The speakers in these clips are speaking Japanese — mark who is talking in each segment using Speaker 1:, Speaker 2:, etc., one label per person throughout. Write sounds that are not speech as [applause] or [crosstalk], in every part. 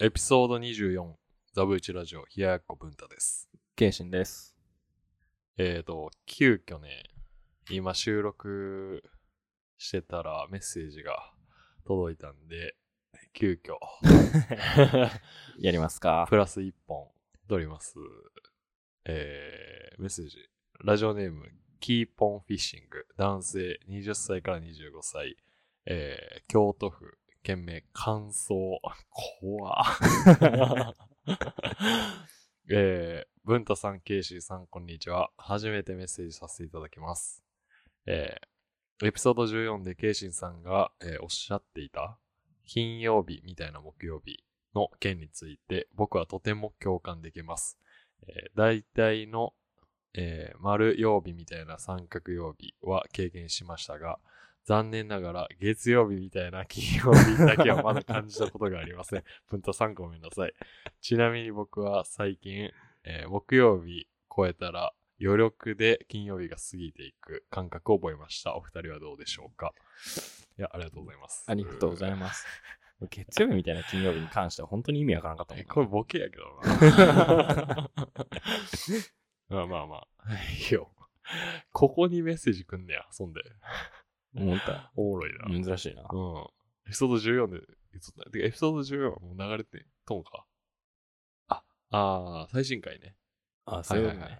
Speaker 1: エピソード24、ザブイチラジオ、冷ややっこ文太です。
Speaker 2: ケイシンです。
Speaker 1: えーと、急遽ね、今収録してたらメッセージが届いたんで、急遽、
Speaker 2: やりますか。
Speaker 1: プラス1本撮ります。えー、メッセージ。ラジオネーム、キーポンフィッシング。男性、20歳から25歳。えー、京都府、県名、感想。怖えー、文太さん、ケイシーさん、こんにちは。初めてメッセージさせていただきます。えー、エピソード14でケイシンさんが、えーおっしゃっていた、金曜日みたいな木曜日、の件について僕はとても共感できます。えー大体の、えー丸曜日みたいな三角曜日は経験しましたが、残念ながら月曜日みたいな [laughs] 金曜日だけはまだ感じたことがありません。 [laughs] 文太さんごめんなさい。ちなみに僕は最近、えー木曜日超えたら余力で金曜日が過ぎていく感覚を覚えました。お二人はどうでしょうかいや、ありがとうございます。
Speaker 2: ありがとうござい
Speaker 1: す。
Speaker 2: ます。 [laughs] 月曜日みたいな金曜日に関しては本当に意味わからなかったもん
Speaker 1: え
Speaker 2: な
Speaker 1: これボケやけど [laughs] な。
Speaker 2: [laughs]
Speaker 1: まあまあまあ。いいよ。ここにメッセージくんねや、そんで。
Speaker 2: 思った。
Speaker 1: おもろいな。うん。
Speaker 2: 珍しいな。
Speaker 1: エピソード14で、いつだてかエピソード14はもう流れてとんか。あ、あー、最新回ね。
Speaker 2: あ、そういうこと
Speaker 1: はい
Speaker 2: ね。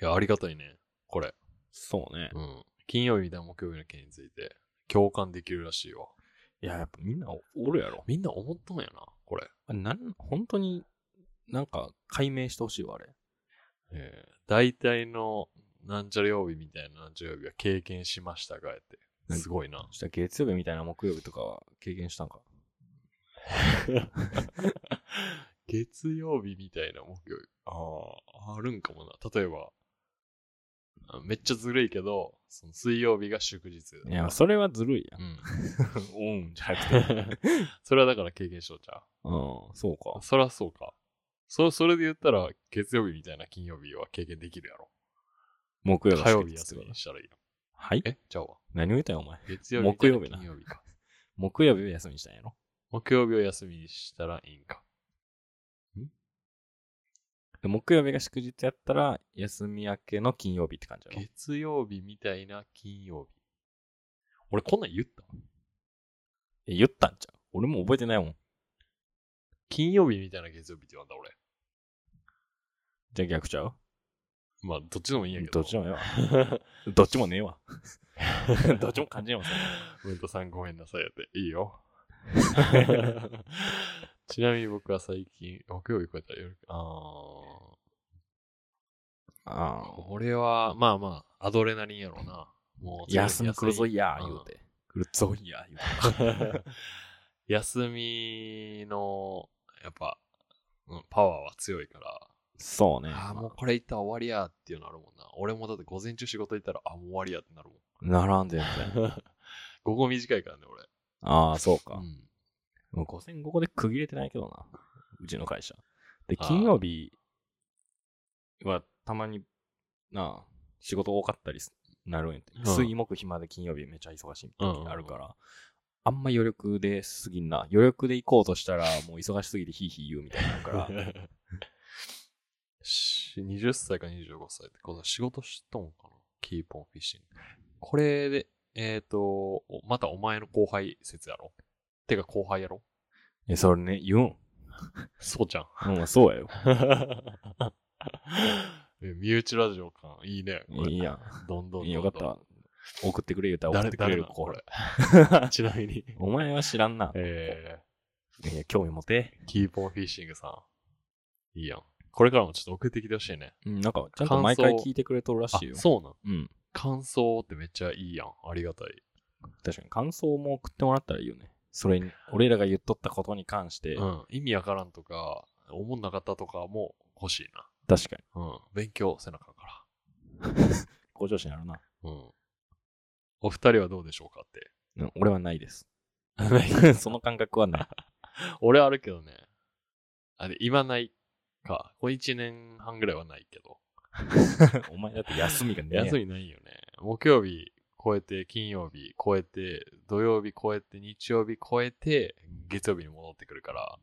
Speaker 1: いや、ありがたいね。これ。
Speaker 2: そうね。
Speaker 1: うん。金曜日みたいな木曜日の件について、共感できるらしいわ。
Speaker 2: いや、やっぱみんなおるやろ。
Speaker 1: みんな思っとんやな、これ。
Speaker 2: あれなん、本当になんか解明してほしいわ、あれ。
Speaker 1: えー、大体のなんちゃら曜日みたいななんちゃら曜日は経験しましたがやって。
Speaker 2: うん
Speaker 1: すごいな
Speaker 2: そ。したら月曜日みたいな木曜日とかは経験したんか。
Speaker 1: 月曜日みたいな木曜日。ああ、あるんかもな。例えば、あめっちゃずるいけど、その水曜日が祝日だとか。
Speaker 2: いや、それはずるい [laughs] やん
Speaker 1: う。ん。
Speaker 2: うん、じゃなくて。
Speaker 1: それはだから経験しとっちゃ
Speaker 2: [laughs] うん、そうか
Speaker 1: う。。そりゃそうか。そ、それで言ったら、月曜日みたいな金曜日は経験できるやろ。
Speaker 2: 木曜日
Speaker 1: 火曜日休みにしたらいいやん。
Speaker 2: はい
Speaker 1: えちゃうわ。
Speaker 2: 何を言ったよ、お前。
Speaker 1: 月曜日みたい
Speaker 2: 木曜日な
Speaker 1: 金曜日か。
Speaker 2: 木曜日を休みにしたんやろ。
Speaker 1: 木曜日を休みにしたらいいんか。
Speaker 2: で木曜日が祝日やったら、休み明けの金曜日って感じやろ。
Speaker 1: 月曜日みたいな金曜日。俺こんなん言った
Speaker 2: え言ったんちゃう俺も覚えてないもん。
Speaker 1: 金曜日みたいな月曜日って言わんだ俺。
Speaker 2: じゃあ逆ちゃう
Speaker 1: まあ、どっちでもいいんやけど。
Speaker 2: どっち
Speaker 1: [laughs]
Speaker 2: もええわ。どっちもねえわ。どっちも感じねえわ。
Speaker 1: 文太さんごめんなさいやって。いいよ。 [laughs] ちなみに僕は最近、木曜日超えたら夜、あ
Speaker 2: あ
Speaker 1: ー、俺は、まあまあ、アドレナリンやろうな。もう [laughs] 次の日、
Speaker 2: 休み来るぞいや
Speaker 1: う
Speaker 2: ー
Speaker 1: ん
Speaker 2: 言う
Speaker 1: [laughs]
Speaker 2: て。来るぞいやー言うて。
Speaker 1: 休みの、やっぱ、うん、パワーは強いから、
Speaker 2: そうね。
Speaker 1: ああ、
Speaker 2: まあ
Speaker 1: もうこれ行ったら終わりやっていうのあるもんな。俺もだって午前中仕事行ったら、あ、もう終わりやってなるもん。
Speaker 2: 並んでんじゃん。
Speaker 1: [laughs] 午後短いからね、俺。
Speaker 2: ああ、そうか。
Speaker 1: ん。
Speaker 2: もう午前午後で区切れてないけどな。うちの会社。で、金曜日はたまになあ、仕事多かったりすなるんやって。
Speaker 1: うん
Speaker 2: 水木暇で金曜日めっちゃ忙しい
Speaker 1: うん
Speaker 2: 時あるから、あんま余力で過ぎんな。余力で行こうとしたら、もう忙しすぎてヒーヒー言うみたいにな
Speaker 1: [laughs]
Speaker 2: るから。
Speaker 1: し20歳か25歳ってことは仕事しとんかなキーポンフィッシング。これで、えっ、と、おまたお前の後輩説やろてか後輩やろ
Speaker 2: え、それね、言うん。
Speaker 1: そうじゃん。 [laughs]
Speaker 2: うん、そうやよ。
Speaker 1: え身内ラジオ感、いいね。これ
Speaker 2: いいや
Speaker 1: どんどんどんどん。
Speaker 2: ん。よかったわ。送ってくれ言うたら
Speaker 1: 誰
Speaker 2: 送ってくれ
Speaker 1: 誰
Speaker 2: る
Speaker 1: なの
Speaker 2: 子
Speaker 1: こ。れ。ちなみに。
Speaker 2: お前は知らんな。
Speaker 1: え
Speaker 2: いや、興味持て。
Speaker 1: ー、キーポンフィッシングさん。いいやん。これからもちょっと送ってきてほしいね。
Speaker 2: うん、なんか、ちゃんと毎回
Speaker 1: 感想
Speaker 2: 聞いてくれとるら
Speaker 1: あ
Speaker 2: しい、よ。
Speaker 1: そうなん。
Speaker 2: うん。
Speaker 1: 感想ってめっちゃいいやん。ありがたい。
Speaker 2: 確かに感想も送ってもらったらいいよね。それに、俺らが言っとったことに関して、
Speaker 1: うん、意味わからんとか、思んなかったとかも欲しい
Speaker 2: 確かに、
Speaker 1: な。うん、勉強せなあかんか
Speaker 2: 向上心あるな。
Speaker 1: ら。うん。お二人はどうでしょうかって。
Speaker 2: うん俺はな
Speaker 1: [laughs]
Speaker 2: いです。その感覚はない。 [laughs]
Speaker 1: 俺あるけどね。あれ、今ないか。これ一年半ぐらいはないけど。
Speaker 2: お前だって休みがねえやん。
Speaker 1: 休みないよね。木曜日超えて、金曜日超えて、土曜日超えて、日曜日超えて、月曜日に戻ってくるから、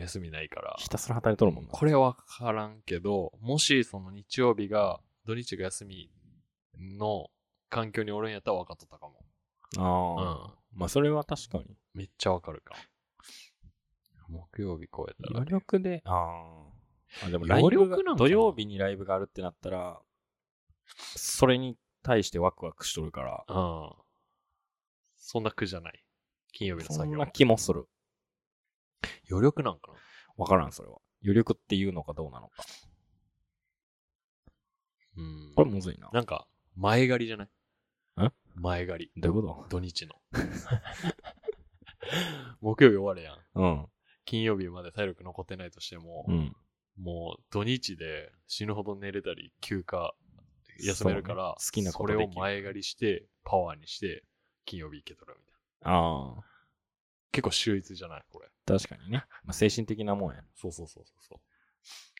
Speaker 1: 休みないから。
Speaker 2: ひたすら働いとるもんな。
Speaker 1: これは分からんけど、もしその日曜日が、土日が休みの環境におるんやったら分かっとったかも。
Speaker 2: ああ、まあそれは確かに。
Speaker 1: めっちゃ分かるかも。木曜日超えたら
Speaker 2: 余、力で、ああ。あ、でもライ
Speaker 1: 余
Speaker 2: ブ
Speaker 1: 力
Speaker 2: が
Speaker 1: なんかな
Speaker 2: 土曜日にライブがあるってなったら、それに対してワクワクしとるから、
Speaker 1: うん。そんな苦じゃない。金曜日の
Speaker 2: そ
Speaker 1: 作
Speaker 2: ん
Speaker 1: 業。
Speaker 2: な気もする。
Speaker 1: 余力なんかな
Speaker 2: わからん、それは。余力っていうのかどうなのか。
Speaker 1: うん。
Speaker 2: これむずいな。
Speaker 1: なんか、前借りじゃない
Speaker 2: ん
Speaker 1: 前借り。
Speaker 2: どういうこ
Speaker 1: 土日の。 [laughs] 木曜日終わるやん。
Speaker 2: とうん。
Speaker 1: 金曜日まで体力残ってないとしても、
Speaker 2: うん。
Speaker 1: もう土日で死ぬほど寝れたり休暇休めるから、
Speaker 2: そうね好きなこと
Speaker 1: それ
Speaker 2: で
Speaker 1: を
Speaker 2: きる
Speaker 1: 前借りしてパワーにして金曜日行けとるみたいな。
Speaker 2: ああ。
Speaker 1: 結構秀逸じゃないこれ。
Speaker 2: 確かにね。まあ、精神的なもんや。
Speaker 1: そうそうそうそうそう。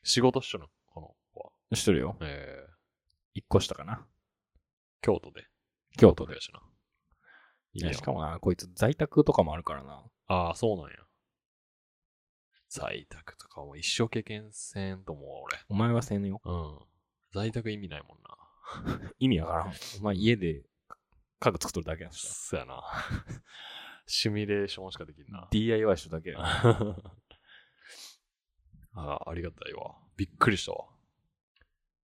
Speaker 1: 仕事っしょの、この子は。
Speaker 2: しとるよ。
Speaker 1: えー、
Speaker 2: 一個下かな。
Speaker 1: 京都で。
Speaker 2: 京都で
Speaker 1: や。しな。
Speaker 2: い
Speaker 1: いい
Speaker 2: や、
Speaker 1: よ
Speaker 2: しかもな、こいつ在宅とかもあるからな。
Speaker 1: ああ、そうなんや。在宅とかも一生経験せんと思う、
Speaker 2: お前はせんよ。
Speaker 1: 俺。うん。在宅意味ないもんな。
Speaker 2: 意味わからん。お前家で家具作っとるだけやんしな。
Speaker 1: そやな。 [laughs] シミュレーションしかできんな。
Speaker 2: DIY しとるだけやん。
Speaker 1: あ [laughs] あ、ありがたいわ。びっくりしたわ。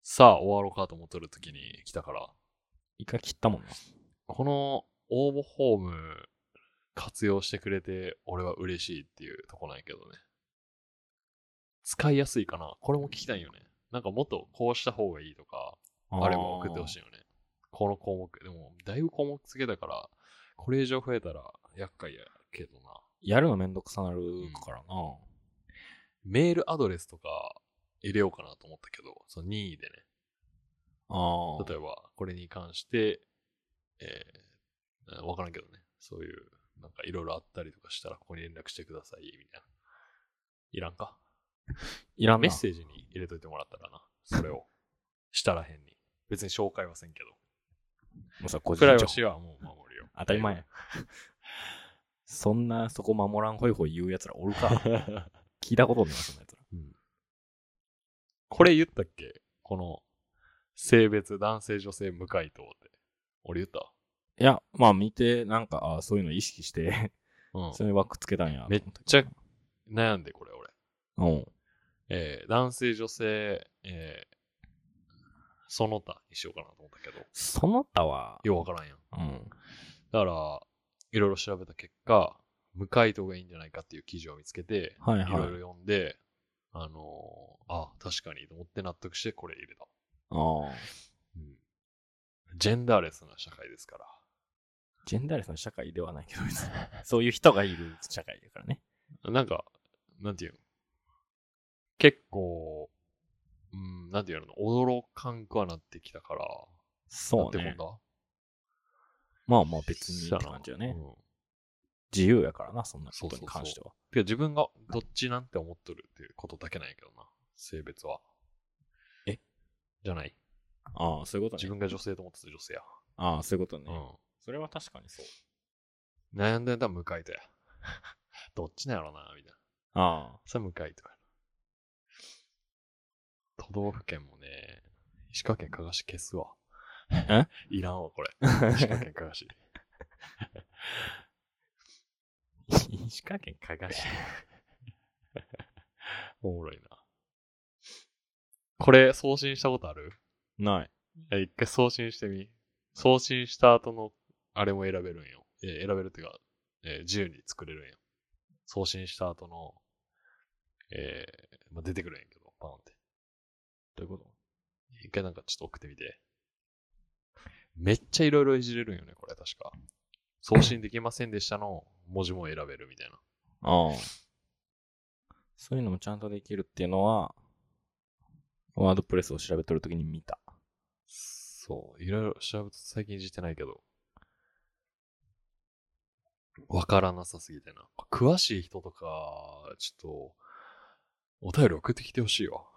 Speaker 1: さあ、終わろうかと思っとる時に来たから、
Speaker 2: 一回切ったもんな。
Speaker 1: この応募フォーム活用してくれて、俺は嬉しいっていうとこなんやけどね。使いやすいかなこれも聞きたいよね。なんかもっとこうした方がいいとか、あれも送ってほしい
Speaker 2: い。
Speaker 1: よね。この項目、でも、だいぶ項目つけたから、これ以上増えたら厄介やけどな。
Speaker 2: やるのめんどくさなるからな。
Speaker 1: メールアドレスとか入れようかなと思ったけど、その任意でね。
Speaker 2: あ
Speaker 1: 例えば、これに関して、えー、わからんけどね。そういう、なんかいろいろあったりとかしたら、ここに連絡してください、みたいな。いらんか
Speaker 2: いらん
Speaker 1: メ
Speaker 2: な
Speaker 1: ッセージに入れといてもらったらな。それを。 [laughs] したらへんに。別に紹介はせんけど。
Speaker 2: もうさ、個
Speaker 1: プ
Speaker 2: 人
Speaker 1: ライ
Speaker 2: 情
Speaker 1: バ
Speaker 2: 報
Speaker 1: シーはもう守るよ。
Speaker 2: 当たり前や。そんな、そこ守らんほいほい言うやつら
Speaker 1: [laughs]
Speaker 2: おるか。聞いたことないそんなやつら。
Speaker 1: これ言ったっけこの、性別、男性、女性、無回答って。俺言った
Speaker 2: いや、まあ見て、なんか、あそういうの意識して、
Speaker 1: うん
Speaker 2: そういう枠つけたんや。
Speaker 1: めっちゃ。悩んで、これ、俺。
Speaker 2: うん。
Speaker 1: えー男性、女性、えーその他にしようかなと思ったけど、
Speaker 2: その他は、
Speaker 1: ようわからんやん。
Speaker 2: うん。
Speaker 1: だから、いろいろ調べた結果、無回答がいいんじゃないかっていう記事を見つけて、
Speaker 2: はい
Speaker 1: いろ
Speaker 2: はい
Speaker 1: い。ろ読んで、あのーあ、確かにと思って納得してこれ入れた。
Speaker 2: ああ。
Speaker 1: ジェンダーレスな社会ですから。
Speaker 2: ジェンダーレスな社会ではないけど、別にそういう人がいる社会だからね。
Speaker 1: なんか、なんていうの結構、うん、なんていうの驚かんくはなってきたから、
Speaker 2: そ
Speaker 1: なんてもんだ
Speaker 2: まあまあ別にって感じよ
Speaker 1: そや
Speaker 2: ね
Speaker 1: な。うん
Speaker 2: 自由やからな、そんなこと
Speaker 1: そうそうそ
Speaker 2: に
Speaker 1: う
Speaker 2: 関しては。
Speaker 1: てか自分がどっちなんて思っとるっていうことだけなんやけどな、性別は。
Speaker 2: え
Speaker 1: じゃない
Speaker 2: ああ、そういうこと
Speaker 1: 自分
Speaker 2: ね。
Speaker 1: が女性と思ってた女性や。
Speaker 2: ああ、そういうことね。
Speaker 1: う
Speaker 2: それは確かにそう。
Speaker 1: ん。悩んでたら向かいとや。 [laughs] どっちなんやろな、みたいな。
Speaker 2: ああ。
Speaker 1: それ向かいとや。都道府県もね、石川県加賀市消すわ。
Speaker 2: え
Speaker 1: [laughs] いらんわ、こ
Speaker 2: [laughs]
Speaker 1: れ。石川県加賀市。
Speaker 2: 石川県加賀市。
Speaker 1: おもろいな。これ送信したことある
Speaker 2: ない。
Speaker 1: え、一回送信してみ。送信した後の、あれも選べるんよ。えー選べるっていうか、えー自由に作れるんよ。送信した後の、えーまあ、出てくるんやけど、パーンって。
Speaker 2: どういうこ
Speaker 1: 一回なんかちょっと送ってみて。めっちゃいろいろいじれるんよね、これ確か。送信できませんでしたの文字も選べるみたいな。
Speaker 2: とああ。そういうのもちゃんとできるっていうのは、ワードプレスを調べとるときに見た。
Speaker 1: そう、いろいろ調べて最近いじってないけど。わからなさすぎてな。詳しい人とか、ちょっと、お便り送ってきてほしいわ。 [laughs]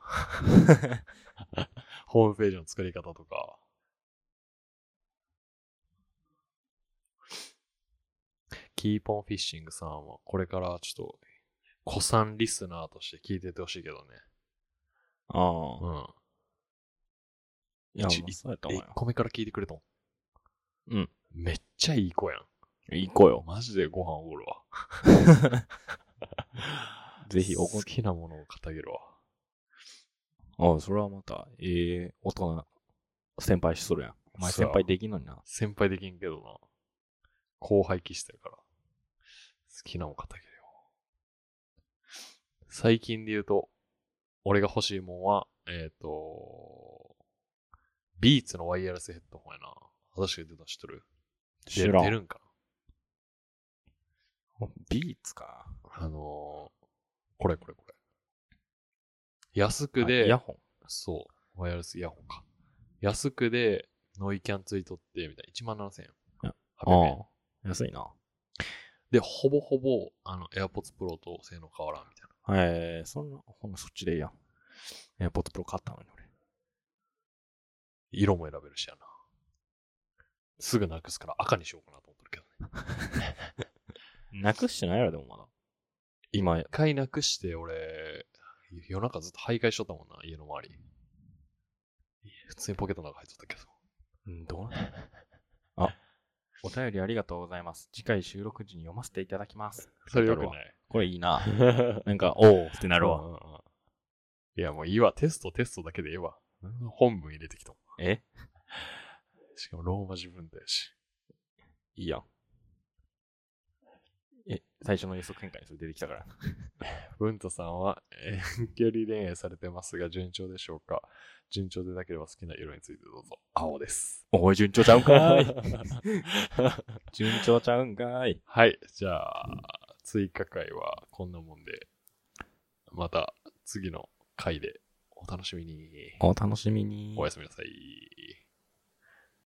Speaker 1: ホームページの作り方とか。キーポンフィッシングさんは、これからちょっと、古参リスナーとして聞いててほしいけどね。
Speaker 2: ああ。
Speaker 1: うん。
Speaker 2: いや、
Speaker 1: 一
Speaker 2: まあそうやと思う
Speaker 1: 1
Speaker 2: よ。
Speaker 1: 個目から聞いてくれたもん。
Speaker 2: うん。
Speaker 1: めっちゃいい子やん。
Speaker 2: 行こうよ。
Speaker 1: マジでご飯おごるわ。
Speaker 2: ぜひおご
Speaker 1: 好きなものを語げるわ。
Speaker 2: ああ、それはまた、ええ大人、先輩しとるやん。お前
Speaker 1: そう
Speaker 2: 先輩できんのにな。
Speaker 1: 先輩できんけどな。後輩気してるから。好きなもん語げるよ。最近で言うと、俺が欲しいもんは、えっ、と、ビーツのワイヤレスヘッドホンやな。私が出たの知っとる
Speaker 2: 知ら
Speaker 1: 出
Speaker 2: ん。
Speaker 1: るんか
Speaker 2: ビーツか。
Speaker 1: なあのーこれこれこれ。安く
Speaker 2: あ
Speaker 1: で、
Speaker 2: イヤホン。
Speaker 1: そう、ワイヤレスイヤホンか。安くで、ノイキャンついとって、みたいな。1万7000円。
Speaker 2: あ
Speaker 1: 800円。
Speaker 2: あ。安いな。
Speaker 1: で、ほぼほぼ、あの、AirPods Pro と性能変わらんみたいな。
Speaker 2: ええそんな、ほんなそっちでいいやん。エアポッドプロ買ったのに俺。
Speaker 1: 色も選べるしやな。すぐなくすから赤にしようかなと思ってるけどね。
Speaker 2: なくしてないやろ、でもまだ。今、
Speaker 1: 一回なくして、俺、夜中ずっと徘徊しとったもんな、家の周り。普通にポケットの中入っとったけど。
Speaker 2: うんどう [laughs] なんだろうあ、お便りありがとうございます。次回収録時に読ませていただきます。
Speaker 1: それよくない。
Speaker 2: これいい [laughs] な。なんか、おおってな
Speaker 1: な
Speaker 2: るわ。
Speaker 1: いや、もういいわ。テスト、テストだけでええわ。本文入れてきたもん。
Speaker 2: え
Speaker 1: しかもローマ字文だよし。
Speaker 2: いいやん。え、最初の予測変換にそれ出てきたから。
Speaker 1: 文太さんはえー遠 [laughs] 距離恋愛されてますが順調でしょうか順調でなければ好きな色についてどうぞ。青です。
Speaker 2: おい、順調ちゃうんかーい。 [laughs] 順調ちゃうんかーい。
Speaker 1: はい。じゃあ、追加回はこんなもんで、また次の回でお楽しみに。
Speaker 2: お楽しみに
Speaker 1: おやすみなさい。